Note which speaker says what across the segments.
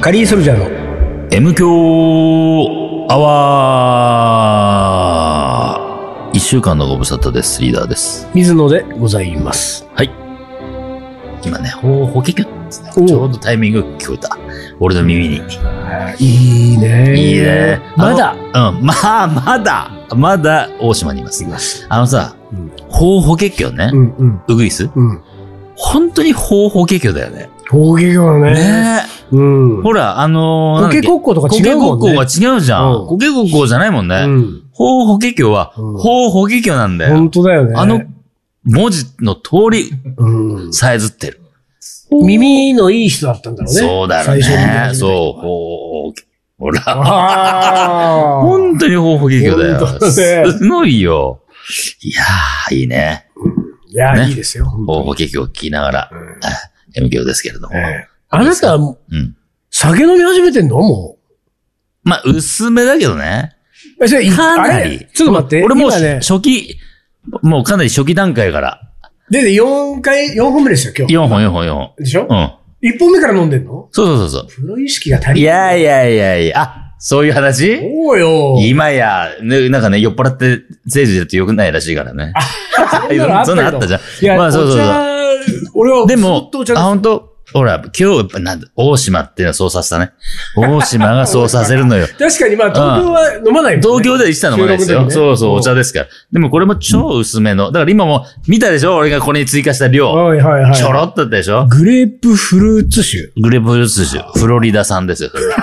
Speaker 1: カリーソルジャーの
Speaker 2: M 強アワー一週間のご無沙汰です。リーダーです。
Speaker 1: 水野でございます。
Speaker 2: はい。今ね、ほ、ほけきゅんですね。
Speaker 1: おう
Speaker 2: ちょうどタイミング聞こえた。俺の耳に。
Speaker 1: いいね
Speaker 2: いいね。
Speaker 1: まだ
Speaker 2: あのうん。まあ、まだ、まだ、大島にいます。あのさ、
Speaker 1: うん
Speaker 2: ほうほけきょね
Speaker 1: う。んうん
Speaker 2: うぐいす
Speaker 1: うん。
Speaker 2: 本当にほうほけきょだよね。
Speaker 1: 大げ魚ね。
Speaker 2: ね
Speaker 1: うん。
Speaker 2: ほら、あのー、
Speaker 1: コケコッコとか
Speaker 2: コ
Speaker 1: 違
Speaker 2: ケ
Speaker 1: う
Speaker 2: ご
Speaker 1: も
Speaker 2: っ
Speaker 1: ん
Speaker 2: こ
Speaker 1: ね。
Speaker 2: が違うじゃ
Speaker 1: うん
Speaker 2: ん。コケごっこじゃないもん
Speaker 1: う
Speaker 2: ね。
Speaker 1: ん。
Speaker 2: ほうほけきょは、
Speaker 1: うん
Speaker 2: ほうほけきょなんだよ
Speaker 1: 本。当だよね。
Speaker 2: あの、文字の通り、
Speaker 1: うん、
Speaker 2: さえずってる。
Speaker 1: 耳のいい人だったんだろうね。
Speaker 2: そうだろう
Speaker 1: 最初
Speaker 2: ね。
Speaker 1: に
Speaker 2: そう、ほう、ほら。
Speaker 1: ああ。
Speaker 2: 本当にほうほけきょだ
Speaker 1: 本
Speaker 2: よ。
Speaker 1: 当だね
Speaker 2: すごいよ。いやー、いいね。
Speaker 1: いや、
Speaker 2: ね
Speaker 1: いいですよ。本当
Speaker 2: ほう
Speaker 1: に
Speaker 2: ほけきょを聞きながら、
Speaker 1: うん
Speaker 2: M 響ですけれども。
Speaker 1: ええあなた、
Speaker 2: うん。
Speaker 1: 酒飲み始めてんのも
Speaker 2: まあ、薄めだけどね。
Speaker 1: う。え、それ、
Speaker 2: か
Speaker 1: あ
Speaker 2: なり
Speaker 1: れちょっと待って。
Speaker 2: 俺もう
Speaker 1: 今ね、
Speaker 2: 初期、もうかなり初期段階から、
Speaker 1: で、で、4回、四本目ですよ、今日。
Speaker 2: 4本4本4本。
Speaker 1: でしょ
Speaker 2: うん。
Speaker 1: 一本目から飲んでんの
Speaker 2: そうそうそうそ
Speaker 1: プロ意識が足
Speaker 2: う。
Speaker 1: り
Speaker 2: い
Speaker 1: な
Speaker 2: や
Speaker 1: い。
Speaker 2: いやいやいや、あ、そういう話
Speaker 1: そうよ。
Speaker 2: 今や、ね、なんかね、酔っ払って政治だと良くないらしいからね。 そんなのあったじゃん。
Speaker 1: いや、
Speaker 2: まあそうそうそう。
Speaker 1: そう。俺は、
Speaker 2: で
Speaker 1: ず
Speaker 2: も
Speaker 1: っとお茶、で
Speaker 2: あ、
Speaker 1: す
Speaker 2: 本当ほら、今日、やっぱなんだ、大島っていうのはそうさせたね。大島がそうさせる のよ。
Speaker 1: 確かに、まあ、東京は飲まないもんね。
Speaker 2: 東京では一切飲まないです
Speaker 1: 収録の
Speaker 2: よ。
Speaker 1: 時ね
Speaker 2: そうそう、
Speaker 1: うん
Speaker 2: お茶ですから。でもこれも超薄めの。だから今も見たでしょ俺がこれに追加した量。
Speaker 1: はいはいはい。
Speaker 2: ちょろっとだったでしょ
Speaker 1: グレープフルーツ酒。
Speaker 2: グレープフルーツ酒、フロリダ産ですよ、それは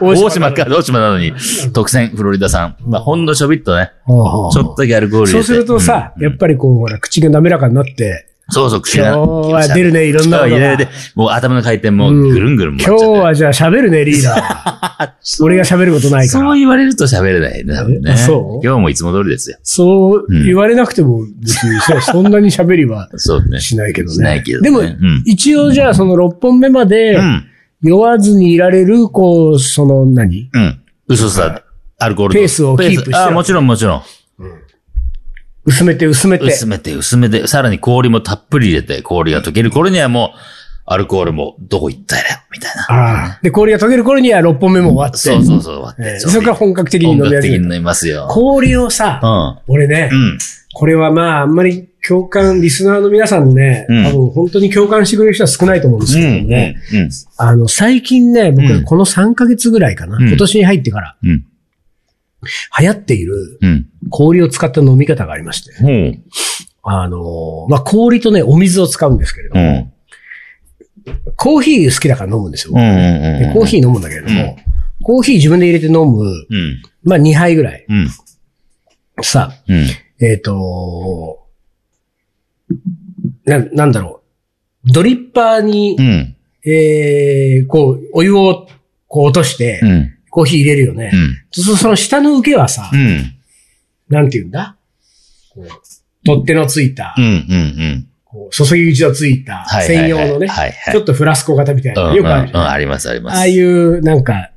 Speaker 1: 大
Speaker 2: 大島から大島なのに、特選フロリダ産。まあ、ほんのちょびっとね、ちょっとだけアルコール入れて
Speaker 1: そうするとさ、
Speaker 2: うん
Speaker 1: やっぱりこう、ほら、口が滑らかになって、
Speaker 2: そうそう、口
Speaker 1: 今日は出るね、いろんな
Speaker 2: な
Speaker 1: こ
Speaker 2: の
Speaker 1: と
Speaker 2: 入
Speaker 1: が
Speaker 2: れ。て、もう頭の回転もぐるんぐるん回っちゃ
Speaker 1: 今
Speaker 2: って
Speaker 1: 日はじゃあ喋るね、リーダ ー。俺が喋ることないか
Speaker 2: そ
Speaker 1: ら
Speaker 2: う。言われると喋れないね、多分
Speaker 1: え
Speaker 2: ね。
Speaker 1: そう
Speaker 2: 今日もいつも通りですよ。
Speaker 1: そう
Speaker 2: うん
Speaker 1: 言われなくても、別にそうそんなに喋りは
Speaker 2: そうね。
Speaker 1: しないけどね。
Speaker 2: しないけどね
Speaker 1: でも
Speaker 2: うん、
Speaker 1: 一応じゃあその6本目まで
Speaker 2: う、ん。
Speaker 1: 酔わずにいられる、こう、その何
Speaker 2: うん。嘘さ、アルコールと
Speaker 1: ペースをキープして
Speaker 2: ペースあ、もちろんもちろん。
Speaker 1: 薄めて薄めて。
Speaker 2: 薄めて薄めて、さらに氷もたっぷり入れて、氷が溶ける頃にはもう、アルコールもどこ行ったやら、みたいな。
Speaker 1: ああ。で、氷が溶ける頃には6本目も終わって。
Speaker 2: そうそうそう、終わっ
Speaker 1: え
Speaker 2: て。
Speaker 1: ーそこから本格的に飲
Speaker 2: 本
Speaker 1: み始
Speaker 2: 格的
Speaker 1: め
Speaker 2: に
Speaker 1: る。
Speaker 2: 飲みますよ。
Speaker 1: 氷をさ
Speaker 2: う、ん。
Speaker 1: 俺ね、
Speaker 2: うん。
Speaker 1: これはまあ、あんまり共感、リスナーの皆さんね、
Speaker 2: うん
Speaker 1: 多分本当に共感してくれる人は少ないと思うんですけ
Speaker 2: う
Speaker 1: ど
Speaker 2: ん。
Speaker 1: ね。
Speaker 2: うん。
Speaker 1: あの、最近ね、僕
Speaker 2: うん
Speaker 1: この3ヶ月ぐらいかな、
Speaker 2: うん
Speaker 1: 今年に入ってから
Speaker 2: うん。
Speaker 1: 流行っている
Speaker 2: うん。
Speaker 1: 氷を使った飲み方がありまして、
Speaker 2: ほうん。
Speaker 1: あのーまあ、氷とね、お水を使うんですけれど
Speaker 2: う
Speaker 1: も、
Speaker 2: ん。
Speaker 1: コーヒー好きだから飲むんですよ。
Speaker 2: うん。うん。
Speaker 1: でコーヒー飲むんだけれども、コーヒー自分で入れて飲む、
Speaker 2: うん。
Speaker 1: まあ、2杯ぐらい。
Speaker 2: うん。
Speaker 1: さ、
Speaker 2: うん。
Speaker 1: えっ、とな、なんだろう。ドリッパーに、
Speaker 2: うん。
Speaker 1: えー、こう、お湯を、こう落として
Speaker 2: う、ん。
Speaker 1: コーヒー入れるよね
Speaker 2: う。ん。
Speaker 1: そその下の受けはさ
Speaker 2: う、ん。
Speaker 1: なんて言うんだこう取っ手のついた
Speaker 2: う、ん。うん。
Speaker 1: こう注ぎ口のついた
Speaker 2: はいはいは
Speaker 1: 専
Speaker 2: い
Speaker 1: 用のね、
Speaker 2: はいはい
Speaker 1: ちょっとフラスコ型みたいな、よくあるじゃ
Speaker 2: うんうん
Speaker 1: ん
Speaker 2: うん、あります、あります。
Speaker 1: ああいう、なんか、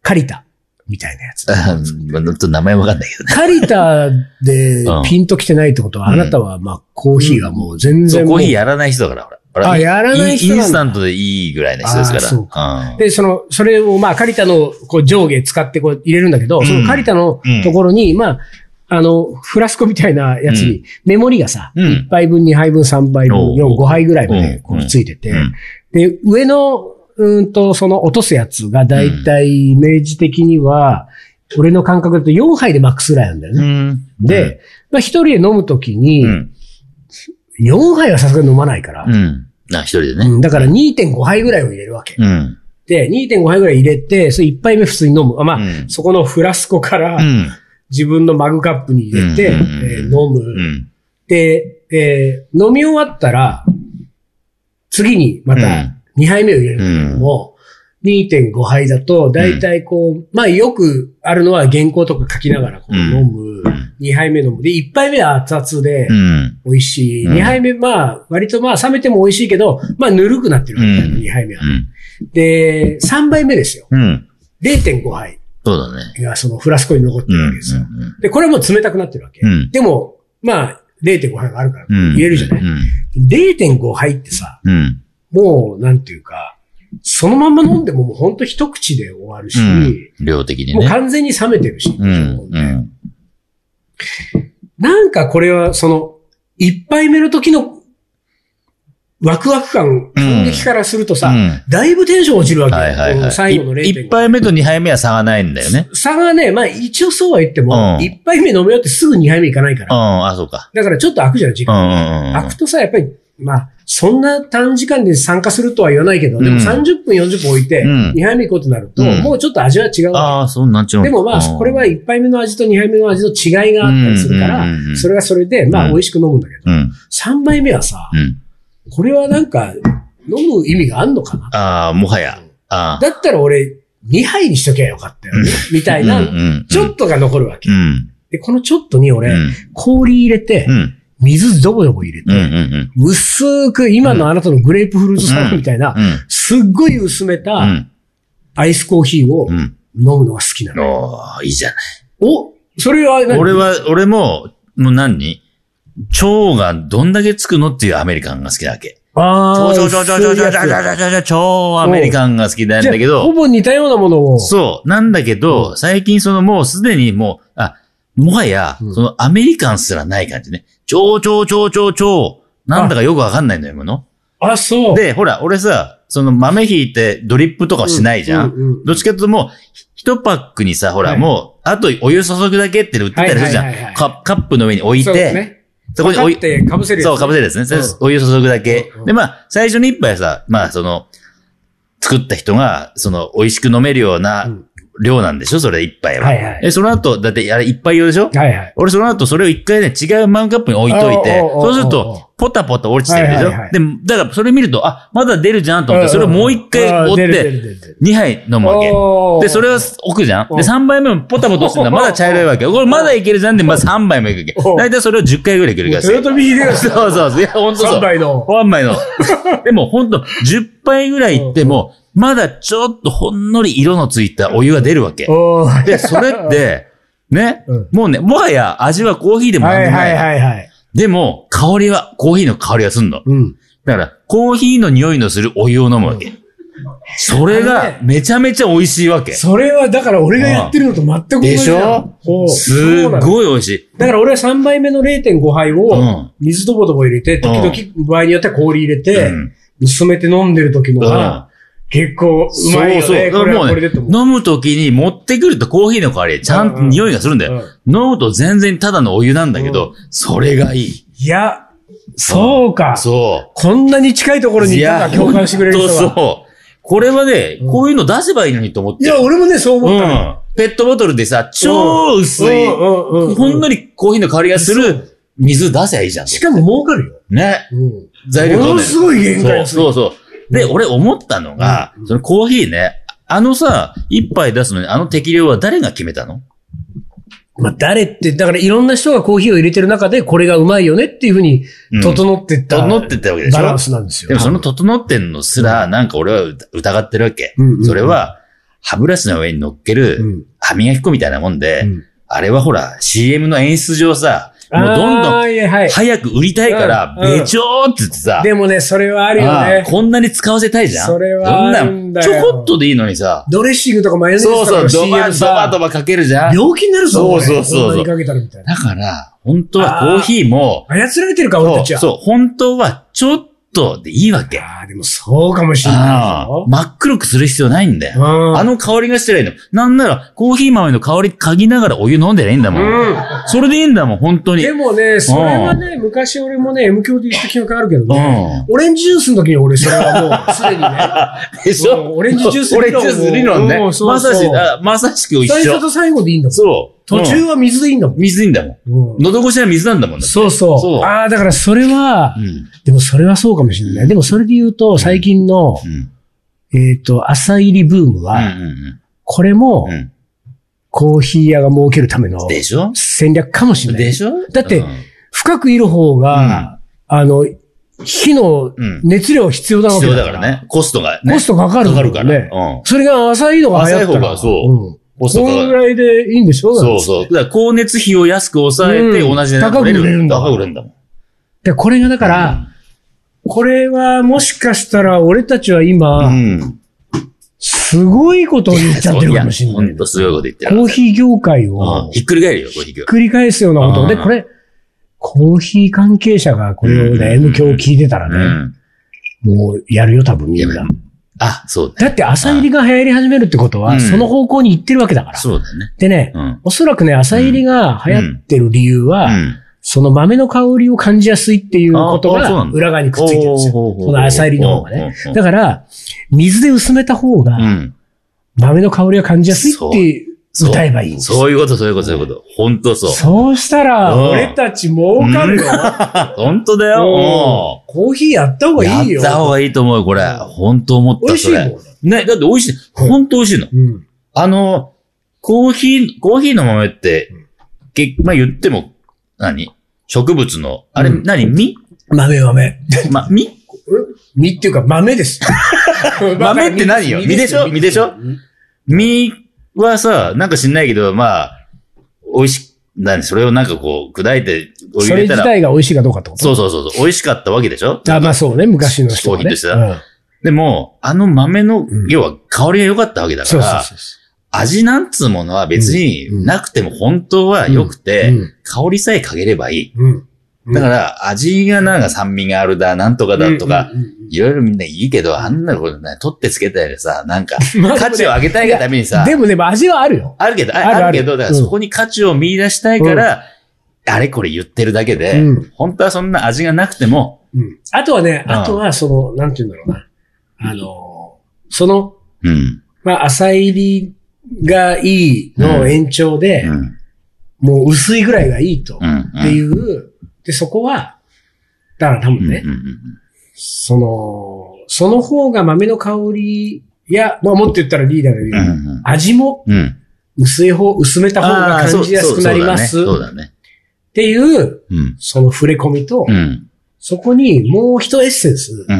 Speaker 1: カリタみたいなやつ。
Speaker 2: うん。ちょっと名前わかんないけどね。
Speaker 1: カリタで
Speaker 2: うん
Speaker 1: ピンときてないってことは、あなたは、まあ、コーヒーがもう全
Speaker 2: そ
Speaker 1: 然
Speaker 2: う、コ
Speaker 1: もう
Speaker 2: ーヒーやらない人だから、ほら。ほ
Speaker 1: あやらない人なんだ
Speaker 2: インインスタントでいいぐらいの人ですから。
Speaker 1: あそう
Speaker 2: か
Speaker 1: で、その、それを、まあ、カリタの、こう、上下使って、こう、入れるんだけど、
Speaker 2: うん
Speaker 1: そのカリタのところに、まあ、あの、フラスコみたいなやつ
Speaker 2: う
Speaker 1: に、メモリがさ、
Speaker 2: うん
Speaker 1: 1杯分、2杯分、3杯
Speaker 2: お
Speaker 1: 分、
Speaker 2: う
Speaker 1: 4、5杯ぐらいま
Speaker 2: う
Speaker 1: で
Speaker 2: ん、
Speaker 1: こう、ついてて
Speaker 2: うん、
Speaker 1: で、上の、うーんと、その、落とすやつが、だいたい、イメージ的には、俺の感覚だと4杯でマックスぐらいなんだよ
Speaker 2: う
Speaker 1: ね。
Speaker 2: ん。
Speaker 1: で、まあ、一人で飲むときに
Speaker 2: う、ん、
Speaker 1: 4杯はさすがに飲まないから
Speaker 2: う、ん。な、一人でね。
Speaker 1: うんだから2.5杯ぐらいを入れるわけ。
Speaker 2: うん。
Speaker 1: で、2.5杯ぐらい入れて、それ1杯目普通に飲む。あまあ、
Speaker 2: うん
Speaker 1: そこのフラスコから
Speaker 2: うん。
Speaker 1: 自分のマグカップに入れて、
Speaker 2: うんうんうん
Speaker 1: えー飲む。
Speaker 2: うん。
Speaker 1: で、えー飲み終わったら、次にまた2杯目を入れるんだけども、2.5杯だと、だいたいこう、まあよくあるのは原稿とか書きながらこう
Speaker 2: うん
Speaker 1: 飲む。2杯目飲む。で、1杯目は熱々で
Speaker 2: うん。
Speaker 1: 美味しい。
Speaker 2: うん
Speaker 1: 2杯目、まあ、割とまあ冷めても美味しいけど、まあぬるくなってるわけだよ
Speaker 2: うん
Speaker 1: 2杯目は
Speaker 2: う。ん。
Speaker 1: で、3杯目ですよ。
Speaker 2: うん。
Speaker 1: 0.5杯
Speaker 2: そうだね。
Speaker 1: がそのフラスコに残って
Speaker 2: うん。
Speaker 1: る
Speaker 2: う
Speaker 1: わ
Speaker 2: ん
Speaker 1: けですよ。で、これはもう冷たくなってるわけ。
Speaker 2: うん
Speaker 1: でも、まあ、0.5杯があるから、
Speaker 2: うん。
Speaker 1: 入れるじゃない、
Speaker 2: うん。
Speaker 1: ?0.5 杯ってさ、
Speaker 2: うん。
Speaker 1: もう、なんていうか、そのまま飲んでももうほんと一口で終わるし、
Speaker 2: うん。量的に
Speaker 1: もう
Speaker 2: ね。
Speaker 1: 完全に冷めてるし、
Speaker 2: うん。うん。
Speaker 1: なんかこれは、その、一杯目の時のワクワク感、感激からするとさ、
Speaker 2: うん
Speaker 1: だいぶテンション落ちるわけよ。
Speaker 2: はいはい
Speaker 1: こ
Speaker 2: は
Speaker 1: の最後の
Speaker 2: い。い
Speaker 1: 0.5
Speaker 2: 一。杯目と二杯目は差がないんだよね。
Speaker 1: 差がね、まあ一応そうは言っても、
Speaker 2: うん
Speaker 1: 一杯目飲み終わってすぐ二杯目いかないか
Speaker 2: うん、
Speaker 1: ら。
Speaker 2: あ、そうか。
Speaker 1: だからちょっと空くじゃん、時
Speaker 2: うん
Speaker 1: 間。
Speaker 2: うんうん。
Speaker 1: 空くとさ、やっぱり、まあ、そんな短時間で参加するとは言わないけど、でも
Speaker 2: うん
Speaker 1: 30分、40分置いて
Speaker 2: うん、
Speaker 1: 二杯目行こうとなると、
Speaker 2: うん
Speaker 1: もうちょっと味は違うわけ。
Speaker 2: ああ、そうなんちゅうの
Speaker 1: でもまあ、これは一杯目の味と二杯目の味の違いがあったりするから
Speaker 2: うんうんうんう、ん
Speaker 1: それはそれで、まあ
Speaker 2: うん
Speaker 1: 美味しく飲むんだけど、
Speaker 2: うん。
Speaker 1: 三杯目はさ、
Speaker 2: うん。
Speaker 1: これはなんか、飲む意味があんのかな
Speaker 2: ああ、もはや。ああ。
Speaker 1: だったら俺、2杯にしときゃよかったよね。みたいな、ちょっ
Speaker 2: と。
Speaker 1: とが残るわけ
Speaker 2: う。ん。
Speaker 1: で、このちょっとに
Speaker 2: う
Speaker 1: 俺、
Speaker 2: ん。
Speaker 1: 氷入れて
Speaker 2: う、ん。
Speaker 1: 水どぼどぼ入れ
Speaker 2: うん。うん。う
Speaker 1: て、
Speaker 2: ん。
Speaker 1: 薄く、今のあなたのグレープフルーツサラダみたいな、すっごい薄め
Speaker 2: う
Speaker 1: た
Speaker 2: ん。
Speaker 1: アイスコーヒーを
Speaker 2: うん。
Speaker 1: 飲むのが好きなの。
Speaker 2: おーいいじゃない。
Speaker 1: おそれは何、
Speaker 2: 俺は、俺も、もう何蝶がどんだけつくのっていうアメリカンが好きなわけ。
Speaker 1: あ
Speaker 2: 蝶、
Speaker 1: ー
Speaker 2: 蝶、蝶、蝶、蝶、蝶、蝶、蝶、蝶、蝶、蝶、アメリカンが好きなんだけ
Speaker 1: じゃあほ
Speaker 2: ど、
Speaker 1: ぼ似たようなものを。
Speaker 2: そう、なんだけど、最近そのもうすでにもう、あ、もはや、そのアメリカンすらない感じね。蝶、蝶、蝶、蝶、蝶、なんだかよくわかんないのよ、もの。
Speaker 1: あ、そう。
Speaker 2: で、ほら、俺さ、その豆引いてドリップとかしないじゃ
Speaker 1: う
Speaker 2: ん。
Speaker 1: んうんうん
Speaker 2: どっちかというともう、一パックにさ、ほら、
Speaker 1: はい
Speaker 2: もう、あとお湯注ぐだけって売ってたりするじゃん。
Speaker 1: はいはいはいはい
Speaker 2: カカップの上に置い
Speaker 1: そう
Speaker 2: て、
Speaker 1: ですね。
Speaker 2: そこにお
Speaker 1: パカって被せるやつ
Speaker 2: そう、かぶせるやつね。それ
Speaker 1: うん
Speaker 2: お湯注ぐだけ
Speaker 1: うんう。ん
Speaker 2: で、まあ、最初に一杯さ、まあ、その、作った人が、その、美味しく飲めるよう
Speaker 1: う
Speaker 2: なん量なんでしょそれ一杯は。
Speaker 1: はいはい
Speaker 2: え、その後、だって、あれ一杯用でしょ
Speaker 1: はいはい。
Speaker 2: 俺その後それを一回ね、違うマグカップに置いといて、
Speaker 1: おうおうおうおう
Speaker 2: そうすると、ポタポタ落ちてるでし
Speaker 1: はい
Speaker 2: ょ、
Speaker 1: はいはい
Speaker 2: で、だからそれ見ると、あ、まだ出るじゃんと思って、それをもう一回
Speaker 1: あー
Speaker 2: 折
Speaker 1: 出
Speaker 2: っ
Speaker 1: る出る
Speaker 2: て、
Speaker 1: 出る出る
Speaker 2: 2杯飲むわけ。
Speaker 1: おー
Speaker 2: で、それを置くじゃん
Speaker 1: お
Speaker 2: で、3杯目もポタポタしてるのはまだ茶色いわけ。これまだいけるじゃんで、まあ3杯もいくわ
Speaker 1: お
Speaker 2: け。だいたいそれを10回ぐらい繰り返す。
Speaker 1: 豊臣秀吉
Speaker 2: そうそうそう。いや、ほんとそ
Speaker 1: 三
Speaker 2: う。
Speaker 1: 杯の。
Speaker 2: ワンマイの。 でもほんと、10杯ぐらいいっても、まだちょっとほんのり色のついたお湯が出るわけ。
Speaker 1: おーは
Speaker 2: で、それ って、ね
Speaker 1: うん、
Speaker 2: もうね、もはや味はコーヒーで
Speaker 1: い
Speaker 2: もなん
Speaker 1: は
Speaker 2: で
Speaker 1: い
Speaker 2: もない。
Speaker 1: はいはい。
Speaker 2: でも、香りは、コーヒーの香りがすんの。
Speaker 1: うん。
Speaker 2: だから、コーヒーの匂いのするお湯を飲むわけ。それ
Speaker 1: あの
Speaker 2: が
Speaker 1: ね、
Speaker 2: めちゃめちゃ美味しいわけ。
Speaker 1: それは、だから俺がやってるのと全く同じ
Speaker 2: でし
Speaker 1: な
Speaker 2: ょ
Speaker 1: のほう
Speaker 2: す
Speaker 1: そうなの
Speaker 2: ごい美味しい。
Speaker 1: だから俺は3杯目の0.5杯
Speaker 2: うん
Speaker 1: を、水とぼとぼ入れて、時々場合によっては氷入れて
Speaker 2: うん、
Speaker 1: 薄めて飲んでる時の
Speaker 2: うん
Speaker 1: が、結構うまいよね。これ
Speaker 2: も
Speaker 1: は
Speaker 2: う
Speaker 1: これで
Speaker 2: ね
Speaker 1: と、思う。
Speaker 2: 飲むときに持ってくるとコーヒーの香り、ちゃんと匂いがするんだよ。飲むと全然ただのお湯なんだけど、それがいい。
Speaker 1: いや、そうか。
Speaker 2: そう。
Speaker 1: こんなに近いところにいたんだ、共感してくれる人
Speaker 2: ほん
Speaker 1: は。
Speaker 2: とそう。これはね、
Speaker 1: うん
Speaker 2: こういうの出せばいいのにと思っ
Speaker 1: い
Speaker 2: てる。
Speaker 1: や、俺もね、そう思ったのよ。
Speaker 2: うん。ペットボトルでさ、超薄い、
Speaker 1: うんうんうん
Speaker 2: ほんのりコーヒーの香りがする水出せばいいじゃん。
Speaker 1: しかも儲かるよ。
Speaker 2: ね。
Speaker 1: うん
Speaker 2: 材料
Speaker 1: も
Speaker 2: と
Speaker 1: の
Speaker 2: ね。
Speaker 1: すごい限界
Speaker 2: そうそうそう。で、俺思ったのが、そのコーヒーね、あのさ、一杯出すのにあの適量は誰が決めたの
Speaker 1: まあ、誰って、だからいろんな人がコーヒーを入れてる中で、これがうまいよねっていうふうに、整ってった、
Speaker 2: 整ってったわけでしょ
Speaker 1: バランスなんですよ。
Speaker 2: でもその整ってんのすら、なんか俺は疑ってるわけ
Speaker 1: うんうんう。ん
Speaker 2: それは、歯ブラシの上に乗っけ
Speaker 1: うん
Speaker 2: る歯磨き粉みたいなもんで
Speaker 1: うん、
Speaker 2: あれはほら、CM の演出上さ、もうどんどん
Speaker 1: あーいやはい
Speaker 2: 早く売りたいから、
Speaker 1: うんうん
Speaker 2: べちょーって言ってさ、
Speaker 1: でもね、それはあるよ
Speaker 2: ああ
Speaker 1: ね。
Speaker 2: こんなに使わせたいじゃん。
Speaker 1: それはあるんだよ
Speaker 2: そんなんちょこっとでいいのにさ、
Speaker 1: ドレッシングとかマヨネーズ
Speaker 2: そ
Speaker 1: と
Speaker 2: うそ
Speaker 1: か
Speaker 2: う、
Speaker 1: の
Speaker 2: ド
Speaker 1: CM
Speaker 2: バドバド
Speaker 1: さ、
Speaker 2: バかけるじゃん。
Speaker 1: 病気になるぞ、
Speaker 2: そうそう
Speaker 1: おい
Speaker 2: そうそう
Speaker 1: こんなにかけたらみたいな。
Speaker 2: だから、本当はコーヒーも、
Speaker 1: 操られてるか、俺
Speaker 2: そ
Speaker 1: た
Speaker 2: う
Speaker 1: ちは。
Speaker 2: そう、本当はちょっとでいいわけ。
Speaker 1: ああ、でもそうかもしれない
Speaker 2: ああ
Speaker 1: ぞ。
Speaker 2: 真っ黒くする必要ないんだよ。
Speaker 1: うん
Speaker 2: あの香りがしてないの。なんなら、コーヒー豆の香り嗅ぎながらお湯飲んでないいんだもん。
Speaker 1: うん
Speaker 2: それでいいんだもん、本当に。
Speaker 1: で
Speaker 2: うん。
Speaker 1: もね、それはね、昔俺もね、M 教で言った記憶あるけどね。
Speaker 2: で
Speaker 1: オレンジジュースの時に俺それは もうすでにね。
Speaker 2: し
Speaker 1: う
Speaker 2: ょ
Speaker 1: んオレンジジュース
Speaker 2: オ
Speaker 1: 理
Speaker 2: レン
Speaker 1: 論
Speaker 2: ジジュース理論ね
Speaker 1: うん。そ
Speaker 2: ま
Speaker 1: うそう
Speaker 2: さし、あまさしく一
Speaker 1: 最初
Speaker 2: 緒。
Speaker 1: と最後でいいんだもん。
Speaker 2: そう。
Speaker 1: 途中
Speaker 2: うん
Speaker 1: は水でいいんだもん。
Speaker 2: 水いいんだも
Speaker 1: うん
Speaker 2: ん。喉越しは水なんだもんだって
Speaker 1: そうそう。
Speaker 2: そう
Speaker 1: ああ、だからそれは、
Speaker 2: うん。
Speaker 1: でもそれはそうかもしれない。でもそれで言うと、最近の、
Speaker 2: うん。
Speaker 1: えっ、と、朝入りブーム
Speaker 2: う
Speaker 1: は、
Speaker 2: ん
Speaker 1: これも
Speaker 2: うん。う、ん。
Speaker 1: コーヒー屋が儲けるための
Speaker 2: でしょ
Speaker 1: 戦略かもしれな
Speaker 2: で
Speaker 1: い。
Speaker 2: しょ
Speaker 1: だって
Speaker 2: うん
Speaker 1: 深くいる方が、あの、火の
Speaker 2: うん
Speaker 1: 熱量必要なわ
Speaker 2: 必
Speaker 1: け
Speaker 2: 要
Speaker 1: だ
Speaker 2: だ
Speaker 1: か。
Speaker 2: かららね。コストがね。
Speaker 1: コストかかる
Speaker 2: か
Speaker 1: も
Speaker 2: か
Speaker 1: んね
Speaker 2: るから。うん。
Speaker 1: それが浅いのが流行ったら
Speaker 2: 浅い方がそう
Speaker 1: うん
Speaker 2: コストか
Speaker 1: こ
Speaker 2: かる
Speaker 1: のぐらいでいいんでしょ
Speaker 2: そうそう。だから光熱費を安く抑えて
Speaker 1: うん
Speaker 2: 同じ値段
Speaker 1: 高く売れるんだ
Speaker 2: 高く売れるんだもん。
Speaker 1: で、これがだから、これはもしかしたら俺たちは今、
Speaker 2: うん。
Speaker 1: すごいことを言っちゃってるかもしれない。
Speaker 2: 本当すごいこと言ってる。
Speaker 1: コーヒー業界
Speaker 2: うん
Speaker 1: を
Speaker 2: ひ
Speaker 1: ひ
Speaker 2: っくり返るよ、コーヒー業
Speaker 1: っ。くり返すようなことを。で、
Speaker 2: うん
Speaker 1: これ、コーヒー関係者がこれをね、
Speaker 2: うん
Speaker 1: M 響を聞いてたら
Speaker 2: う
Speaker 1: ね、
Speaker 2: ん。
Speaker 1: もうやるよ、多分みん
Speaker 2: や
Speaker 1: な
Speaker 2: る。あ、そうだ
Speaker 1: だって朝入りが流行り始めるってこと
Speaker 2: う
Speaker 1: は、
Speaker 2: ん
Speaker 1: その方向に行ってるわけだから。
Speaker 2: そうだね。
Speaker 1: でね、
Speaker 2: うん。
Speaker 1: おそらくね、朝入りが流行ってる理由は、
Speaker 2: うん
Speaker 1: その豆の香りを感じやすいっていうこと
Speaker 2: ああそうな
Speaker 1: が
Speaker 2: んだ
Speaker 1: 裏側にくっついてるんですよ。
Speaker 2: こ
Speaker 1: この朝入りの方がね。だから、水で薄めた方
Speaker 2: う
Speaker 1: が
Speaker 2: ん。
Speaker 1: 豆の香りが感じやすいって
Speaker 2: そう
Speaker 1: 歌えばいいんですよ。
Speaker 2: そういうこと、そういうこと、そういうこと。本当そう。
Speaker 1: そうしたら、
Speaker 2: うん
Speaker 1: 俺たち儲かるよ。
Speaker 2: 本当だよ。うん
Speaker 1: コーヒーやった方がいいよ。
Speaker 2: やった方がいいと思うよ、これ。本当思っ
Speaker 1: 美
Speaker 2: た、
Speaker 1: 味し
Speaker 2: そ
Speaker 1: い
Speaker 2: れ。
Speaker 1: もん。
Speaker 2: ね、だって美味しい。
Speaker 1: うん
Speaker 2: 本当美味しいの。
Speaker 1: うん。
Speaker 2: あの、コーヒー、コーヒーの豆って
Speaker 1: うん、
Speaker 2: けまあ、言っても、何植物の、あれ、
Speaker 1: うん
Speaker 2: 何 実
Speaker 1: 豆豆。
Speaker 2: ま、実
Speaker 1: 実っていうか豆です。
Speaker 2: 豆って何よ
Speaker 1: 実すよ
Speaker 2: 実でしょ
Speaker 1: 実すよ
Speaker 2: 実はさ、なんか知んないけど、まあ、美味し、何それをなんかこう、砕いて、お湯
Speaker 1: そ
Speaker 2: 入
Speaker 1: れ
Speaker 2: れた
Speaker 1: 自
Speaker 2: ら、
Speaker 1: 体が美味しいかどうかってこと
Speaker 2: そうそうそうそう、美味しかったわけでしょ
Speaker 1: あ、まあそうね、昔の人は、ね。
Speaker 2: 商品としては
Speaker 1: うん
Speaker 2: でも、あの豆の
Speaker 1: うん、
Speaker 2: 要は香りが良かったわけだか
Speaker 1: そうそう
Speaker 2: ら、
Speaker 1: そうそ
Speaker 2: 味なんつうものは別に
Speaker 1: うん
Speaker 2: なくても本当は良く
Speaker 1: う。
Speaker 2: て、香りさえかければいい。
Speaker 1: うん。うん。
Speaker 2: だから、味がなんか酸味があるだ、なんとかだとか、
Speaker 1: うんうんうん
Speaker 2: いろいろみんないいけど、あんなことね、取ってつけたりさ、なんか、
Speaker 1: まあ
Speaker 2: 価値を上げたいがためにさ、
Speaker 1: でもね、味はあるよ。
Speaker 2: あるけど、あ
Speaker 1: ある
Speaker 2: あ
Speaker 1: ある
Speaker 2: るけど、だから
Speaker 1: うん
Speaker 2: そこに価値を見出したいから、あれこれ言ってるだけ
Speaker 1: う
Speaker 2: で、
Speaker 1: ん。
Speaker 2: 本当はそんな味がなくても、
Speaker 1: うん。あとはね、
Speaker 2: うん
Speaker 1: あとは、その、なんて言うんだろうな。あの、その、
Speaker 2: うん。
Speaker 1: まあ、浅入りがいいの延長で
Speaker 2: う、ん。
Speaker 1: もう薄いぐらいがいいと。
Speaker 2: う
Speaker 1: っ
Speaker 2: ん。
Speaker 1: ていう、で、そこは、だから多分ね
Speaker 2: うん、うん
Speaker 1: その、その方が豆の香りや、まあ、もっと言ったらリーダーが
Speaker 2: うん
Speaker 1: 言う、味も
Speaker 2: うん。うん。
Speaker 1: 薄い方、薄めた方
Speaker 2: あ
Speaker 1: が
Speaker 2: ーそ
Speaker 1: 感
Speaker 2: う
Speaker 1: じやすくなります。
Speaker 2: そうそう
Speaker 1: っ
Speaker 2: だね。
Speaker 1: ていう、
Speaker 2: そうだね
Speaker 1: その触れ込みと
Speaker 2: う、ん。うん。
Speaker 1: そこにもう一エッセンス、
Speaker 2: う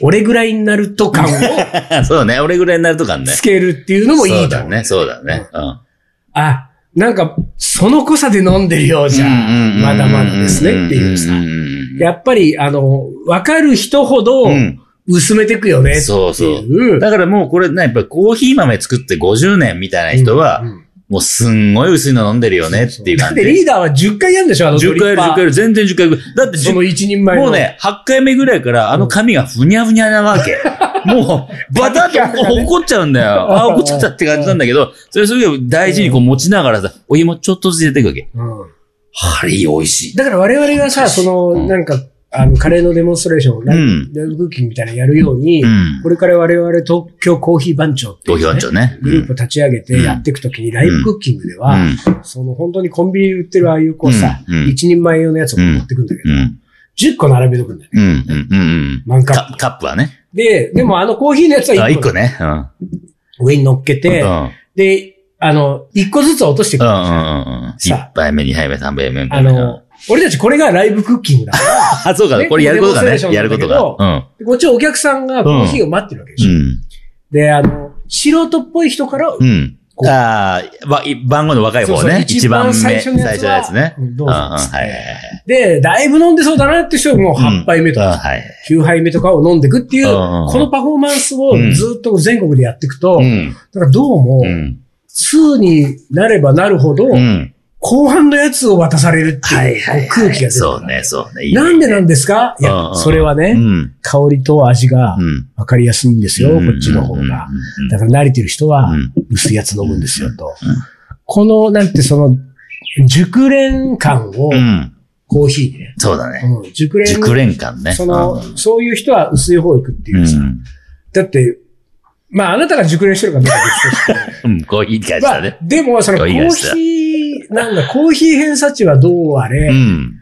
Speaker 1: 俺ぐらいになると感を
Speaker 2: ん。そう ね。俺ぐらいになるとかね。
Speaker 1: つけるっていうのもいい
Speaker 2: そう
Speaker 1: だ
Speaker 2: だ
Speaker 1: ろう
Speaker 2: ね。そうだね。うん。
Speaker 1: あ、なんか、その濃さで飲んでるようじゃ、まだまだですねっていうさ。
Speaker 2: さ。
Speaker 1: やっぱり、あの、わかる人ほど
Speaker 2: うん。
Speaker 1: 薄めていくよねっていう。
Speaker 2: そうそう。だからもうこれね、やっぱコーヒー豆作って50年みたいな人は
Speaker 1: う、ん
Speaker 2: もうすんごい薄いの飲んでるよねっていう
Speaker 1: だっ
Speaker 2: 感じ。
Speaker 1: てリーダーは10回やるんでしょあのド
Speaker 2: 10
Speaker 1: リッパ
Speaker 2: 回
Speaker 1: ー
Speaker 2: やる、10回やる、全然10回やる。だって
Speaker 1: そ
Speaker 2: 10
Speaker 1: の一人前の。
Speaker 2: もう。ね、8回目ぐらいからあの髪がふにゃふにゃなわけ。 もう、バタッと怒っちゃうんだよ。ああ、怒っちゃったって感じなんだけど、それすごい大事にこう持ちながらさ、お湯もちょっとずつ入れていくわけ。
Speaker 1: うん。
Speaker 2: あれ、美味しい。
Speaker 1: だから我々がさ、その、
Speaker 2: うん
Speaker 1: なんか、あの、カレーのデモンストレーションを
Speaker 2: う
Speaker 1: ライ
Speaker 2: ん。
Speaker 1: ブライブブッキングみたいなのやるように
Speaker 2: う、ん
Speaker 1: こ。れから我々東京コーヒー番長ってい
Speaker 2: ご
Speaker 1: うね
Speaker 2: 評価ね。
Speaker 1: グループを立ち上げてやっていくときに、ライブクッキングでは、その本当にコンビニで売ってるああいうこうさ、
Speaker 2: うんうん
Speaker 1: 一人前用のやつを持ってくんだけど、
Speaker 2: うん。うん。
Speaker 1: 10個並べとくんだよね。
Speaker 2: うん。うん。うん。
Speaker 1: マンカップ。
Speaker 2: カップはね。
Speaker 1: で、でもあのコーヒーのやつは
Speaker 2: あ、
Speaker 1: 1
Speaker 2: 1
Speaker 1: 個
Speaker 2: 個ね。うん。
Speaker 1: 上に乗っけて、
Speaker 2: うん。
Speaker 1: で、あの、1個ずつ落としていく
Speaker 2: う
Speaker 1: る
Speaker 2: んうん
Speaker 1: ですよ
Speaker 2: うんうん。1杯目、2杯目、3杯目。
Speaker 1: あの、俺たちこれがライブクッキングだから、
Speaker 2: あ、そうか、
Speaker 1: ね
Speaker 2: これやることが
Speaker 1: デモン
Speaker 2: ね
Speaker 1: スト。レ
Speaker 2: や
Speaker 1: ー
Speaker 2: る
Speaker 1: ションなんだ
Speaker 2: こと
Speaker 1: けど
Speaker 2: が。
Speaker 1: こっちはお客さんがコーヒーを待ってるわけで
Speaker 2: う
Speaker 1: しょ。
Speaker 2: ん。
Speaker 1: で、あの、素人っぽい人から、
Speaker 2: うん。うん。
Speaker 1: こう
Speaker 2: ああ、わ、い番号の若い
Speaker 1: そう
Speaker 2: 方
Speaker 1: そう
Speaker 2: ね。一番目。最
Speaker 1: 最初
Speaker 2: 初の
Speaker 1: のやつは
Speaker 2: やつね。
Speaker 1: うんど
Speaker 2: うん
Speaker 1: う
Speaker 2: うん。
Speaker 1: ぞ
Speaker 2: はい
Speaker 1: つって
Speaker 2: はいはい。
Speaker 1: で、だいぶ飲んでそうだなって人はもう8杯目と
Speaker 2: うん
Speaker 1: か、
Speaker 2: はい。
Speaker 1: 9杯目とかを飲んでいくっていう、
Speaker 2: う
Speaker 1: こ
Speaker 2: んうんうん
Speaker 1: のパフォーマンスをずっと全国でやっていくと、
Speaker 2: うん。
Speaker 1: だからどうも、
Speaker 2: うん。
Speaker 1: 2になればなるほど、
Speaker 2: うん。
Speaker 1: 後半のやつを渡されるっていうこう空気が出る。
Speaker 2: そうね、そうね。いいね
Speaker 1: なんでなんですかい
Speaker 2: うんう
Speaker 1: や、
Speaker 2: ん
Speaker 1: それは
Speaker 2: う
Speaker 1: ね、
Speaker 2: ん。
Speaker 1: 香りと味が
Speaker 2: うん。
Speaker 1: 分かりやすいんですよ、こっちの方
Speaker 2: うんうん
Speaker 1: が。だから慣れてる人は
Speaker 2: うん
Speaker 1: 薄いやつ飲むんですよ、と
Speaker 2: うん。
Speaker 1: この、なんてその、熟練感を
Speaker 2: うんうん。
Speaker 1: コーヒーにね。
Speaker 2: そうだね。
Speaker 1: うん熟練。
Speaker 2: 熟練感ね。
Speaker 1: そ
Speaker 2: うん
Speaker 1: の、そういう人は薄い方行くっていうさ。だって、まあ、あなたが熟練してるかどうかは 別として
Speaker 2: うん。うん、こういい感じ
Speaker 1: ま
Speaker 2: だね
Speaker 1: あ。、でも、その、コ
Speaker 2: いいや
Speaker 1: ー
Speaker 2: つだ
Speaker 1: ヒー、なんだ、コーヒー偏差値はどうあれ、
Speaker 2: うん。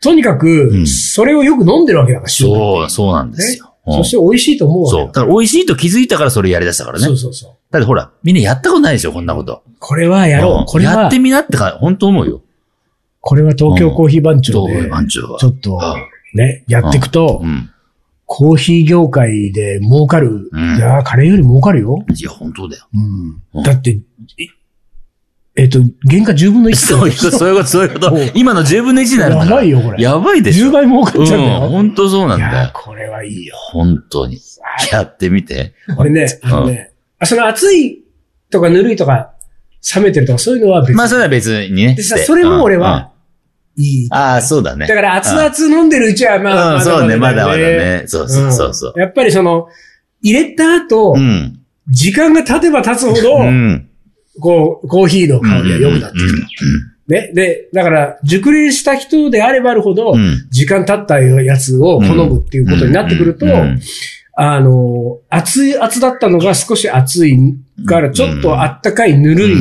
Speaker 1: とにか
Speaker 2: う
Speaker 1: く、
Speaker 2: ん
Speaker 1: それをよく飲んでるわけだから、週末
Speaker 2: そう、そうなんですよ。うん
Speaker 1: そして美味しいと思うわけ
Speaker 2: そう。
Speaker 1: だ
Speaker 2: だ
Speaker 1: か
Speaker 2: から美味しいと気づいたからそれやり出したから
Speaker 1: ら
Speaker 2: ね
Speaker 1: そ。うそうそう。
Speaker 2: だってほら、みんなやったことないでしょ、こんなこと。
Speaker 1: これはやろう。
Speaker 2: ん
Speaker 1: これ
Speaker 2: やっ
Speaker 1: は
Speaker 2: て、みなってか、本当思うよ。
Speaker 1: これは東京コーヒー番
Speaker 2: ど
Speaker 1: 長
Speaker 2: う
Speaker 1: で、
Speaker 2: 番長は
Speaker 1: ちょ。っと、ね、やっていくと
Speaker 2: う、ん。
Speaker 1: コーヒー業界で儲かる。
Speaker 2: うん
Speaker 1: いやーカレーより儲かるよ。
Speaker 2: いや、本当だよ。
Speaker 1: うん
Speaker 2: うん
Speaker 1: だって、いえっと、原価10分の1
Speaker 2: そういうこと、そういうこと、そういうこと
Speaker 1: おう。
Speaker 2: 今の10分の1になるんだ
Speaker 1: や
Speaker 2: から
Speaker 1: ばいよ、これ。
Speaker 2: やばいでしょ。
Speaker 1: 10倍儲かっちゃうんだ
Speaker 2: うん、
Speaker 1: よ。
Speaker 2: 本当そうなん
Speaker 1: い
Speaker 2: だ
Speaker 1: やー
Speaker 2: よ。
Speaker 1: これはいいよ。
Speaker 2: 本当に。やってみて。
Speaker 1: これね、あのね、あその熱いとかぬるいとか、冷めてるとか、そういうのは別に。
Speaker 2: まあ、それは別にね。
Speaker 1: で
Speaker 2: し
Speaker 1: さ、
Speaker 2: て
Speaker 1: それも俺。
Speaker 2: うんうん
Speaker 1: は、いい。
Speaker 2: ああ、そうだね。
Speaker 1: だから熱々飲んでるうちは、まあ、
Speaker 2: う
Speaker 1: ま
Speaker 2: ん、
Speaker 1: だ
Speaker 2: そうね、ま
Speaker 1: よ
Speaker 2: だまだ。ね。そうそうそうそう。
Speaker 1: んやっぱりその、入れた後
Speaker 2: う、ん。
Speaker 1: 時間が経てば経つほど
Speaker 2: う、ん。
Speaker 1: こう、コーヒーの
Speaker 2: うん。
Speaker 1: 香りが良くなってくる。ね。で、だから、熟練した人であればあるほど
Speaker 2: うんう、ん。
Speaker 1: 時間経ったやつを好むっていうことになってくると
Speaker 2: うん、うん
Speaker 1: あの、熱い、熱だったのが少し熱いから、ちょっとあったかい、ぬるい、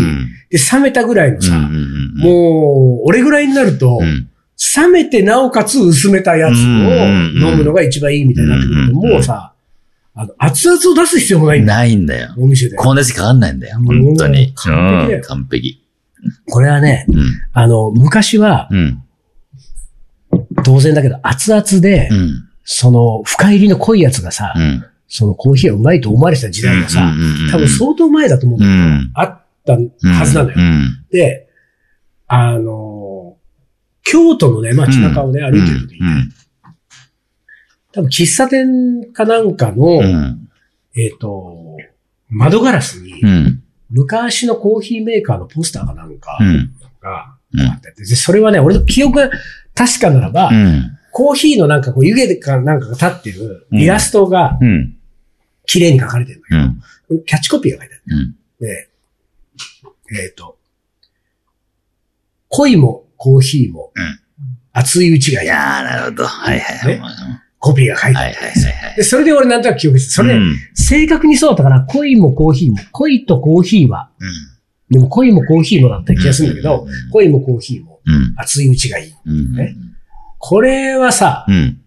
Speaker 1: で、冷めたぐらいのさ、
Speaker 2: うんうんうん
Speaker 1: もう、俺ぐらいになると、
Speaker 2: うん
Speaker 1: 冷めてなおかつ薄めたやつを
Speaker 2: うん
Speaker 1: 飲むのが一番いいみたいになってくると、
Speaker 2: うん
Speaker 1: もうさ、あの、熱々を出す必要もないんだよ、
Speaker 2: ないんだよ。
Speaker 1: お店で。
Speaker 2: こんなしかかんないんだよ。本当に。
Speaker 1: もう完璧だよ
Speaker 2: うん完璧。
Speaker 1: これはね、
Speaker 2: うん。
Speaker 1: あの、昔は、
Speaker 2: うん。
Speaker 1: 当然だけど、熱々で、
Speaker 2: うん。
Speaker 1: その、深入りの濃いやつがさ、
Speaker 2: うん。
Speaker 1: そのコーヒーはうまいと思われてた時代がさ、
Speaker 2: うんうんうんうん
Speaker 1: 多分相当前だと思うん
Speaker 2: う
Speaker 1: だよ、
Speaker 2: ん。
Speaker 1: あったはずなのよ。
Speaker 2: うん。
Speaker 1: で、あの、京都のね、街中をね、歩いてる時に、
Speaker 2: うん
Speaker 1: 多分喫茶店かなんかの、
Speaker 2: うん。
Speaker 1: えっ、と、窓ガラスに
Speaker 2: う、ん。
Speaker 1: 昔のコーヒーメーカーのポスターかなんか
Speaker 2: うん。
Speaker 1: が
Speaker 2: うん
Speaker 1: あって、でそれはね、俺の記憶が確かならば、
Speaker 2: うん。
Speaker 1: コーヒーのなんかこう湯気かなんかが立ってる
Speaker 2: うん
Speaker 1: イラストが
Speaker 2: うん。
Speaker 1: 綺麗に描かれてるんだ
Speaker 2: うん。
Speaker 1: けど、キャッチコピーが書いてある。
Speaker 2: うん。
Speaker 1: で、えっ、と、恋もコーヒーも
Speaker 2: うん、
Speaker 1: 熱いうちが
Speaker 2: い
Speaker 1: いい。
Speaker 2: やー、なるほど。はいはいはい。
Speaker 1: ねコピーが書いてあ
Speaker 2: はいはい
Speaker 1: る。
Speaker 2: はいは
Speaker 1: で、
Speaker 2: い。
Speaker 1: それで俺なんとなく記憶してる、それ、
Speaker 2: うん。
Speaker 1: 正確にそうだったから、恋もコーヒーも、恋とコーヒーはでも恋もコーヒーもだった気がするんだけど、
Speaker 2: うん
Speaker 1: 恋もコーヒーも
Speaker 2: うん。
Speaker 1: 熱いうちがいい。
Speaker 2: うん。
Speaker 1: ねこれはさ、
Speaker 2: うん。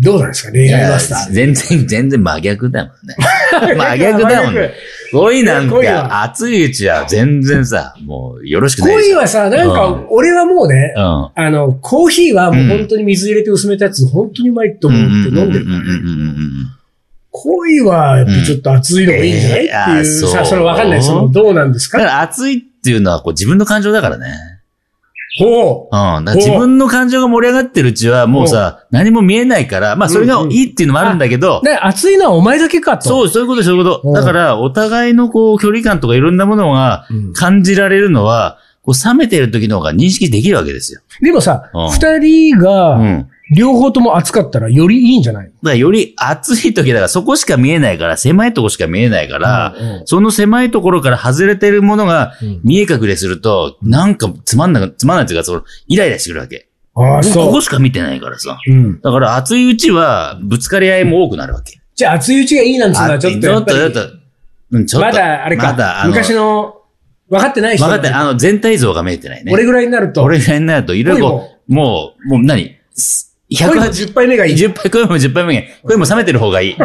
Speaker 1: どうなんですか
Speaker 2: い
Speaker 1: 恋愛
Speaker 2: や
Speaker 1: マスタ
Speaker 2: 全然、全然真逆だもんね。
Speaker 1: ー。
Speaker 2: 真逆だもんね。恋なん
Speaker 1: 恋は
Speaker 2: か、熱いうちは全然さ、もうよろしくないでし
Speaker 1: 恋
Speaker 2: ょ。
Speaker 1: はさ、なん
Speaker 2: うん
Speaker 1: か、俺はもうね、
Speaker 2: うん。
Speaker 1: あの、コーヒーはもう本当に水入れて薄めたやつ、本当にうまいと思って飲んでるからね。恋は、やっぱちょっと熱いのがいいんじゃないって
Speaker 2: うんえーあー
Speaker 1: いう
Speaker 2: そ
Speaker 1: さ、
Speaker 2: う
Speaker 1: それわかんない。その、どうなんです
Speaker 2: だ
Speaker 1: か
Speaker 2: から熱いっていうのはこう自分の感情だからね。
Speaker 1: ほう。
Speaker 2: うん。だから自分の感情が盛り上がってるうちはもうさ、何も見えないから、まあそれがいいっていうのもあるんだけど、
Speaker 1: ね、熱いのはお前だけかと。
Speaker 2: そう、そういうこと、そういうこ
Speaker 1: うん
Speaker 2: と。だから、お互いのこう距離感とかいろんなものが
Speaker 1: うん
Speaker 2: 感じられるのは、こう冷めてる時の方が認識できるわけですよ。
Speaker 1: でもさ
Speaker 2: う、ん
Speaker 1: 二人
Speaker 2: う
Speaker 1: が、
Speaker 2: ん。
Speaker 1: 両方とも熱かったら、よりいいんじゃない
Speaker 2: だからより暑い時だからそこしか見えないから、狭いとこしか見えないから、
Speaker 1: うんうん
Speaker 2: その狭いところから外れてるものが
Speaker 1: うん
Speaker 2: 見え隠れすると、なんかつまんなく、つまんないっていうか、その、イライラしてくるわけ。
Speaker 1: ああ、
Speaker 2: こ
Speaker 1: そ
Speaker 2: こしか見てないからさ。
Speaker 1: う。うん。
Speaker 2: だから熱いうちは、ぶつかり合いも多くなるわけ。
Speaker 1: じゃあ、熱いうちがいいなんつうのは、
Speaker 2: あ
Speaker 1: ちょっとやっぱり
Speaker 2: ちょっと、ちょっとうんちょっと
Speaker 1: まだ、あれか、
Speaker 2: まだ、あの、
Speaker 1: 昔
Speaker 2: 分
Speaker 1: の、分かってない人。
Speaker 2: かって、あの、全体像が見えてないね。
Speaker 1: 俺ぐらいになると、
Speaker 2: 俺ぐらいになると、いろいろこう、もう、もう何す
Speaker 1: 恋の
Speaker 2: ?180
Speaker 1: 10杯目がいい。
Speaker 2: 10杯、声も10杯目がいい。声も冷めてる方 がいい。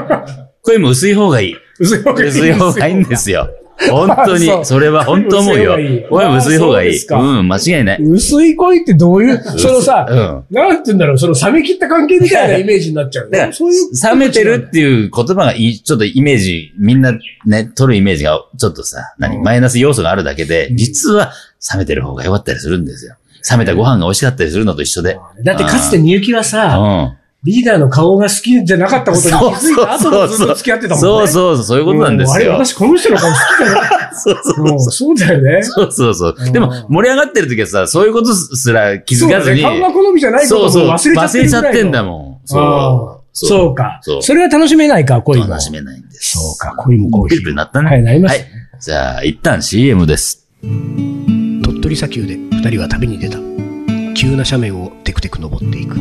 Speaker 2: 声も薄い方がいい。
Speaker 1: 薄い方がいい。
Speaker 2: 薄い方がいいんですよ。本当
Speaker 1: あそう
Speaker 2: に、それは本当思うよ。声も薄い方が
Speaker 1: あそう
Speaker 2: い
Speaker 1: で
Speaker 2: い
Speaker 1: す。か
Speaker 2: うん、間違いない。
Speaker 1: 薄い恋ってどう いう、そのさ、
Speaker 2: うん。
Speaker 1: なんて言うんだろう、その冷め切った関係みたい なイメージになっちゃう。
Speaker 2: だから
Speaker 1: そういう。
Speaker 2: 冷めてるっていう言葉がいい、ちょっとイメージ、みんなね、取るイメージが、ちょっとさ、何、
Speaker 1: うん
Speaker 2: マイナス要素があるだけで
Speaker 1: う、ん
Speaker 2: 実は冷めてる方が良かったりするんですよ。冷めたご飯が美味しかったりするのと一緒で。
Speaker 1: だってかつてみゆきは
Speaker 2: う
Speaker 1: さ、
Speaker 2: ん。
Speaker 1: リーダーの顔が好きじゃなかったことに気づいた後もずっと付き合ってたもんね。
Speaker 2: そうそうそう、そういうことなんです
Speaker 1: うあれ、
Speaker 2: よ。
Speaker 1: 私この人の顔好きだな。
Speaker 2: そうそう
Speaker 1: うんそうだよね。
Speaker 2: そうそうそう
Speaker 1: う。ん
Speaker 2: でも、盛り上がってる時はさ、そういうことすら気づかずに。
Speaker 1: そうだね顔が好みじゃないことも忘れちゃってるぐらいの。
Speaker 2: 忘れちゃってんだもん。
Speaker 1: ああ
Speaker 2: そう。
Speaker 1: そうか。
Speaker 2: そう
Speaker 1: それは楽しめないか、恋も。
Speaker 2: 楽しめないんです。
Speaker 1: そうか、恋もコーヒ
Speaker 2: ピ
Speaker 1: ー。
Speaker 2: リピリなったね。
Speaker 1: はい、なりました。
Speaker 2: はいじゃあ、一旦 CM です。
Speaker 1: 鳥取砂丘で二人は旅に出た。急な斜面をテクテク登っていく。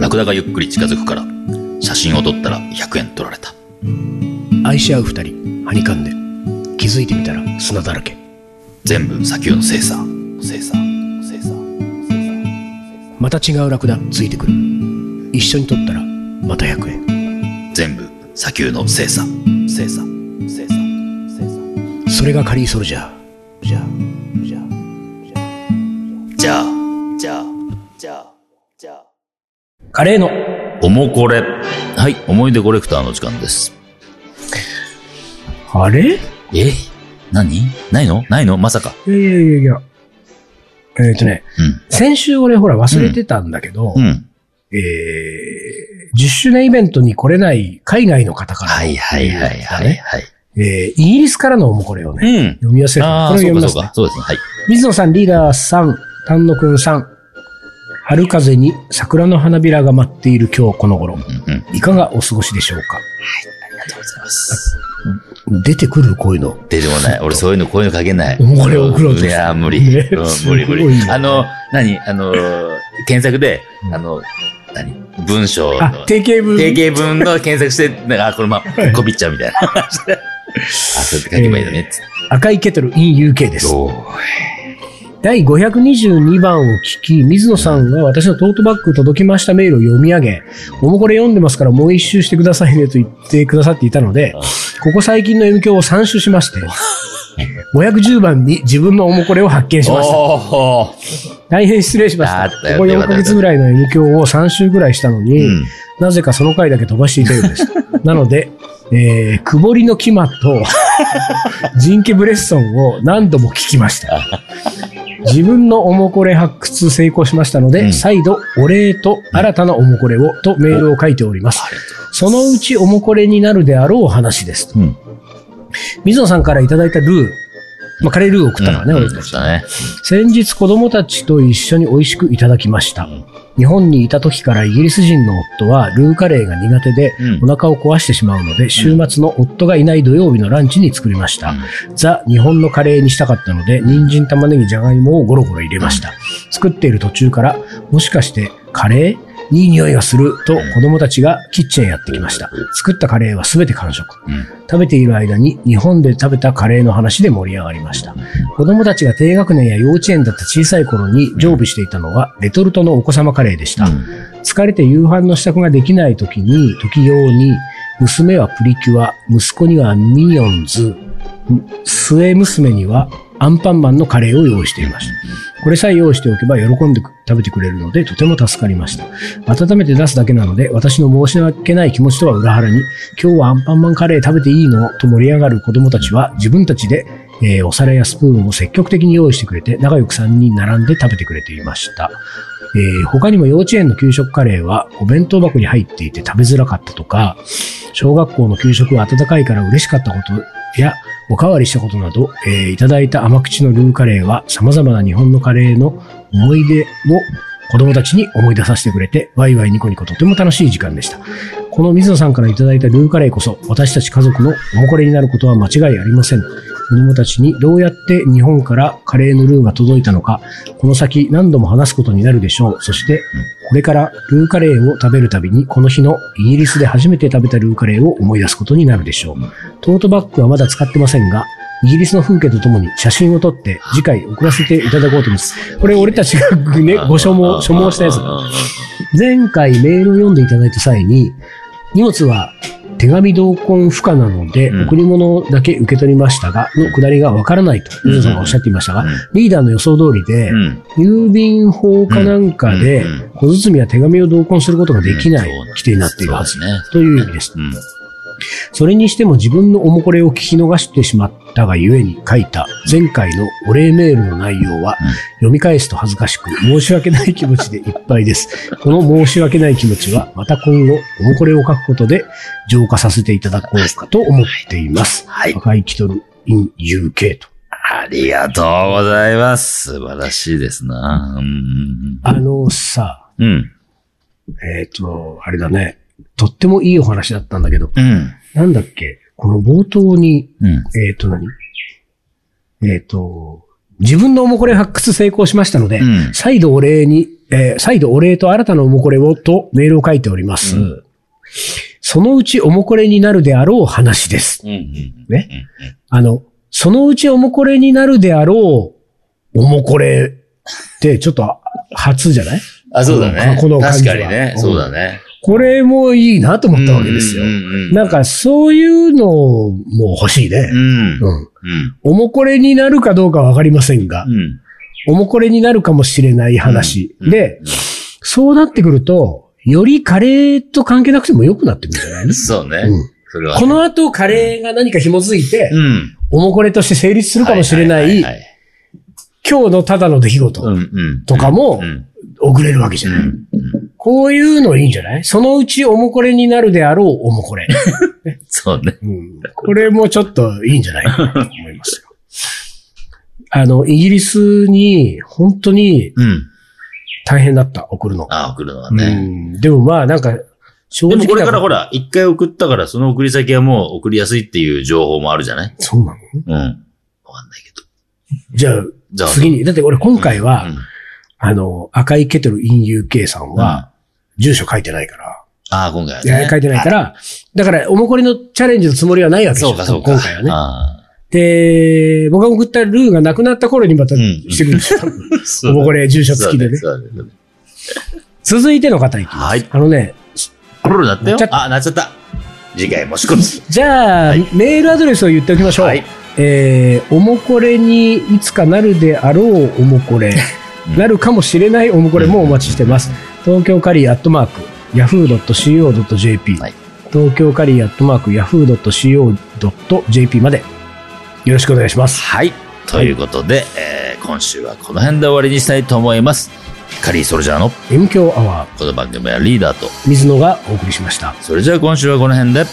Speaker 2: ラクダがゆっくり近づくから、写真を撮ったら100円取られた。
Speaker 1: 愛し合う二人、はにかんで。気づいてみたら砂だらけ。
Speaker 2: 全部砂丘の精査。精査。精査。精査
Speaker 1: また違うラクダついてくる。一緒に撮ったら、また100円。
Speaker 2: 全部砂丘の精査。精査。精査。精査。
Speaker 1: それがカリーソルジャー。じゃあ、じゃあ。
Speaker 2: じゃあ、じゃあ、じゃあ、じゃあ。
Speaker 1: カレーの。
Speaker 2: おもこれ。はい、思い出コレクターの時間です。
Speaker 1: あれい
Speaker 2: え何ないのないのまさか。
Speaker 1: やいやいやいや。えっ、とね、先週俺ほら忘れてたんだけど、
Speaker 2: うん。うん。
Speaker 1: えー10周年イベントに来れない海外の方からの
Speaker 2: は
Speaker 1: メ
Speaker 2: い
Speaker 1: ー
Speaker 2: は
Speaker 1: ル
Speaker 2: い
Speaker 1: だったね、
Speaker 2: はいはいはい。
Speaker 1: えーイギリスからのもこれをね、
Speaker 2: うん。
Speaker 1: 読み寄せるこれ
Speaker 2: あ
Speaker 1: を
Speaker 2: あ、そ
Speaker 1: 読
Speaker 2: う
Speaker 1: み
Speaker 2: か
Speaker 1: ま
Speaker 2: そう
Speaker 1: す、ね
Speaker 2: か。。そうですね。はい。
Speaker 1: 水野さん、リーダーさん、丹野くんさん、春風に桜の花びらが舞っている今日この頃、
Speaker 2: うんうん。
Speaker 1: いかがお過ごしでしょうか
Speaker 2: ありがとうございます。
Speaker 1: 出てくるこういうの。
Speaker 2: 出てもない。俺そういうの、こういうの書けない。
Speaker 1: もうこれ送ろうとし
Speaker 2: い
Speaker 1: て
Speaker 2: やー、無理。
Speaker 1: ね
Speaker 2: うん無理無
Speaker 1: すごい
Speaker 2: 理。
Speaker 1: ね
Speaker 2: あの、何あの、検索で
Speaker 1: う、ん
Speaker 2: あの、何文章
Speaker 1: あ
Speaker 2: の、。
Speaker 1: 定型文。
Speaker 2: 定型文の検索して、なんか、あ、これまあ、こびっちゃうみたいな。 あ、そうやって書けばいいのねっつって。
Speaker 1: 赤いケトル in UK です。
Speaker 2: おー
Speaker 1: 第522番を聞き、水野さんが私のトートバッグ届きましたメールを読み上げ、おもこれ読んでますからもう一周してくださいねと言ってくださっていたので
Speaker 2: あ、
Speaker 1: ここ最近の M 響を3周しまして、510番に自分のおもこれを発見しました。
Speaker 2: おー
Speaker 1: 大変失礼しました。
Speaker 2: あっ
Speaker 1: こ
Speaker 2: たよ
Speaker 1: こ
Speaker 2: よ
Speaker 1: 4
Speaker 2: かった
Speaker 1: ヶ月ぐらいの M 響を3周ぐらいしたのに、
Speaker 2: うん。
Speaker 1: なぜかその回だけ飛ばしていたようでした。 なので、えー、くぼりのキマと、ジンケブレッソンを何度も聞きました。自分のおもこれ発掘成功しましたので、
Speaker 2: うん
Speaker 1: 再度お礼と新たなおもこれをとメールを書いております。そのうちおもこれになるであろう話です。
Speaker 2: うん。
Speaker 1: 水野さんからいただいたルー、まあ、カレールーを送ったからね、
Speaker 2: うん
Speaker 1: 俺たち
Speaker 2: そう。だね。
Speaker 1: 先日子供たちと一緒に美味しくいただきました。
Speaker 2: うん
Speaker 1: 日本にいた時からイギリス人の夫はルーカレーが苦手で、
Speaker 2: うん
Speaker 1: お腹を壊してしまうので、週末の夫がいない土曜日のランチに作りました。ザ・日本のカレーにしたかったので、人参、玉ねぎ、じゃがいもをゴロゴロ入れました。作っている途中から、もしかしてカレーいい匂いがすると子供たちがキッチンへやってきました。作ったカレーは全て完食。
Speaker 2: うん。
Speaker 1: 食べている間に日本で食べたカレーの話で盛り上がりました。子供たちが低学年や幼稚園だった小さい頃に常備していたのはレトルトのお子様カレーでした。疲れて夕飯の支度ができない時に、時用に、娘はプリキュア、息子にはミニオンズ、末娘にはアンパンマンのカレーを用意していました。これさえ用意しておけば喜んで食べてくれるのでとても助かりました。温めて出すだけなので私の申し訳ない気持ちとは裏腹に今日はアンパンマンカレー食べていいのと盛り上がる子供たちは自分たちで、えーお皿やスプーンを積極的に用意してくれて仲良く3人並んで食べてくれていました。えー他にも幼稚園の給食カレーはお弁当箱に入っていて食べづらかったとか、小学校の給食は温かいから嬉しかったことや、おかわりしたことなど、えーいただいた甘口のルーカレーは様々な日本のカレーの思い出を子供たちに思い出させてくれて、ワイワイニコニコとても楽しい時間でした。この水野さんからいただいたルーカレーこそ、私たち家族のおもこれになることは間違いありません。子供たちにどうやって日本からカレーのルーが届いたのか、この先何度も話すことになるでしょう。そして、これからルーカレーを食べるたびに、この日のイギリスで初めて食べたルーカレーを思い出すことになるでしょう。トートバッグはまだ使ってませんが、イギリスの風景とともに写真を撮って次回送らせていただこうと思います。これ俺たちがね、ご所望、所望したやつ。前回メールを読んでいただいた際に、荷物は手紙同梱不可なので、
Speaker 2: うん
Speaker 1: 贈り物だけ受け取りましたが、のくだりがわからないと、
Speaker 2: うん
Speaker 1: 水野さんがおっしゃっていましたが、
Speaker 2: うん
Speaker 1: リーダーの予想通りで、
Speaker 2: うん。
Speaker 1: 郵便法かなんかで
Speaker 2: うんうん、
Speaker 1: 小包や手紙を同梱することができない
Speaker 2: うんそうなんで
Speaker 1: 規
Speaker 2: す
Speaker 1: 定になっているはず
Speaker 2: そうですね。
Speaker 1: という意味です。
Speaker 2: うん。
Speaker 1: それにしても自分のおもこれを聞き逃してしまったがゆえに書いた前回のお礼メールの内容は
Speaker 2: うん
Speaker 1: 読み返すと恥ずかしく申し訳ない気持ちでいっぱいです。この申し訳ない気持ちはまた今後おもこれを書くことで浄化させていただこうかと思っています。
Speaker 2: はい。
Speaker 1: 赤いキトル in UK と。
Speaker 2: ありがとうございます。素晴らしいですな。うん。
Speaker 1: あのさ、
Speaker 2: うん。
Speaker 1: えっ、と、あれだね。とってもいいお話だったんだけど、
Speaker 2: うん。
Speaker 1: なんだっけこの冒頭に
Speaker 2: うん。
Speaker 1: えっ、と何、えっ、と、自分のおもこれ発掘成功しましたので、
Speaker 2: うん
Speaker 1: 再度お礼に、えー再度お礼と新たなおもこれをとメールを書いております。
Speaker 2: うん
Speaker 1: そのうちおもこれになるであろう話です。
Speaker 2: うん。
Speaker 1: ね。あの、そのうちおもこれになるであろうおもこれってちょっと初じゃない
Speaker 2: あ、そうだね。
Speaker 1: この感
Speaker 2: 確
Speaker 1: じ
Speaker 2: か
Speaker 1: は
Speaker 2: にね。そうだね。
Speaker 1: これもいいなと思ったわけですよ
Speaker 2: うん。うんうんうん
Speaker 1: なんかそういうのも欲しいね。
Speaker 2: う
Speaker 1: う
Speaker 2: ん。
Speaker 1: ん。
Speaker 2: うん。
Speaker 1: おもこれになるかどうかわかりませんが、
Speaker 2: うん。
Speaker 1: おもこれになるかもしれない話。
Speaker 2: うん
Speaker 1: で、そうなってくると、よりカレーと関係なくても良くなってくるんじゃないです
Speaker 2: そうね
Speaker 1: か。。うん
Speaker 2: それは。
Speaker 1: この後、カレーが何か紐づいて、
Speaker 2: うん。
Speaker 1: おもこれとして成立するかもしれな、
Speaker 2: はいははは
Speaker 1: 今日のただの出来事
Speaker 2: うんうん。
Speaker 1: とかも
Speaker 2: うん
Speaker 1: 遅れるわけじ
Speaker 2: う
Speaker 1: ゃ
Speaker 2: ん
Speaker 1: ない。
Speaker 2: うん
Speaker 1: こういうのいいんじゃないそのうちおもこれになるであろうおも これ。
Speaker 2: そうね。
Speaker 1: うんこれもちょっといいんじゃないかなと思いますよ。あの、イギリスに本当に
Speaker 2: うん。
Speaker 1: 大変だった、送るの。
Speaker 2: ああ、送るのは
Speaker 1: う
Speaker 2: ね。
Speaker 1: ん、でもまあなんか、正
Speaker 2: で
Speaker 1: 直
Speaker 2: もこれから
Speaker 1: ら
Speaker 2: ほら、一回送ったから、その送り先はもう送りやすいっていう情報もあるじゃない
Speaker 1: そうなの
Speaker 2: うん。わかんないけど。
Speaker 1: じゃあ、
Speaker 2: じゃあ、
Speaker 1: 次に。だって俺今回は、
Speaker 2: うん
Speaker 1: あの、赤いケトル in UK さんは、住所書いてないから、
Speaker 2: ああ、今回はい
Speaker 1: や
Speaker 2: ね。
Speaker 1: 書いてないから、だから、おもこりのチャレンジのつもりはないわけです
Speaker 2: そう
Speaker 1: よ。
Speaker 2: か、そうか。
Speaker 1: 今回はね。
Speaker 2: あ
Speaker 1: で、僕が送ったルーがなくなった頃にまた
Speaker 2: うん
Speaker 1: してくるんですよ。
Speaker 2: あ。 そう
Speaker 1: お
Speaker 2: だ
Speaker 1: もこれ住所付きでね。
Speaker 2: そうだそうだ
Speaker 1: 続いての方いきます。
Speaker 2: はい
Speaker 1: あのね、
Speaker 2: あららなった
Speaker 1: なっ
Speaker 2: よ
Speaker 1: ちゃっ。た
Speaker 2: あ、なっちゃった。次回もしこつ。
Speaker 1: じゃあ、
Speaker 2: はい
Speaker 1: メールアドレスを言っておきましょう。
Speaker 2: はい
Speaker 1: えー、おもこれにいつかなるであろうおもこれ、
Speaker 2: うん
Speaker 1: なるかもしれないおもこれもお待ちしてます。東京カリーアットマーク、yahoo.co.jp、
Speaker 2: はい
Speaker 1: 東京カリーアットマーク、yahoo.co.jp までよろしくお願いします。
Speaker 2: はい。ということで、えー今週はこの辺で終わりにしたいと思います。カリーソルジャーの
Speaker 1: M 強アワ
Speaker 2: この番組はリーダーと、
Speaker 1: ー、水野がお送りしました。
Speaker 2: それじゃあ今週はこの辺で、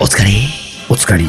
Speaker 2: お疲れ。
Speaker 1: お疲れ。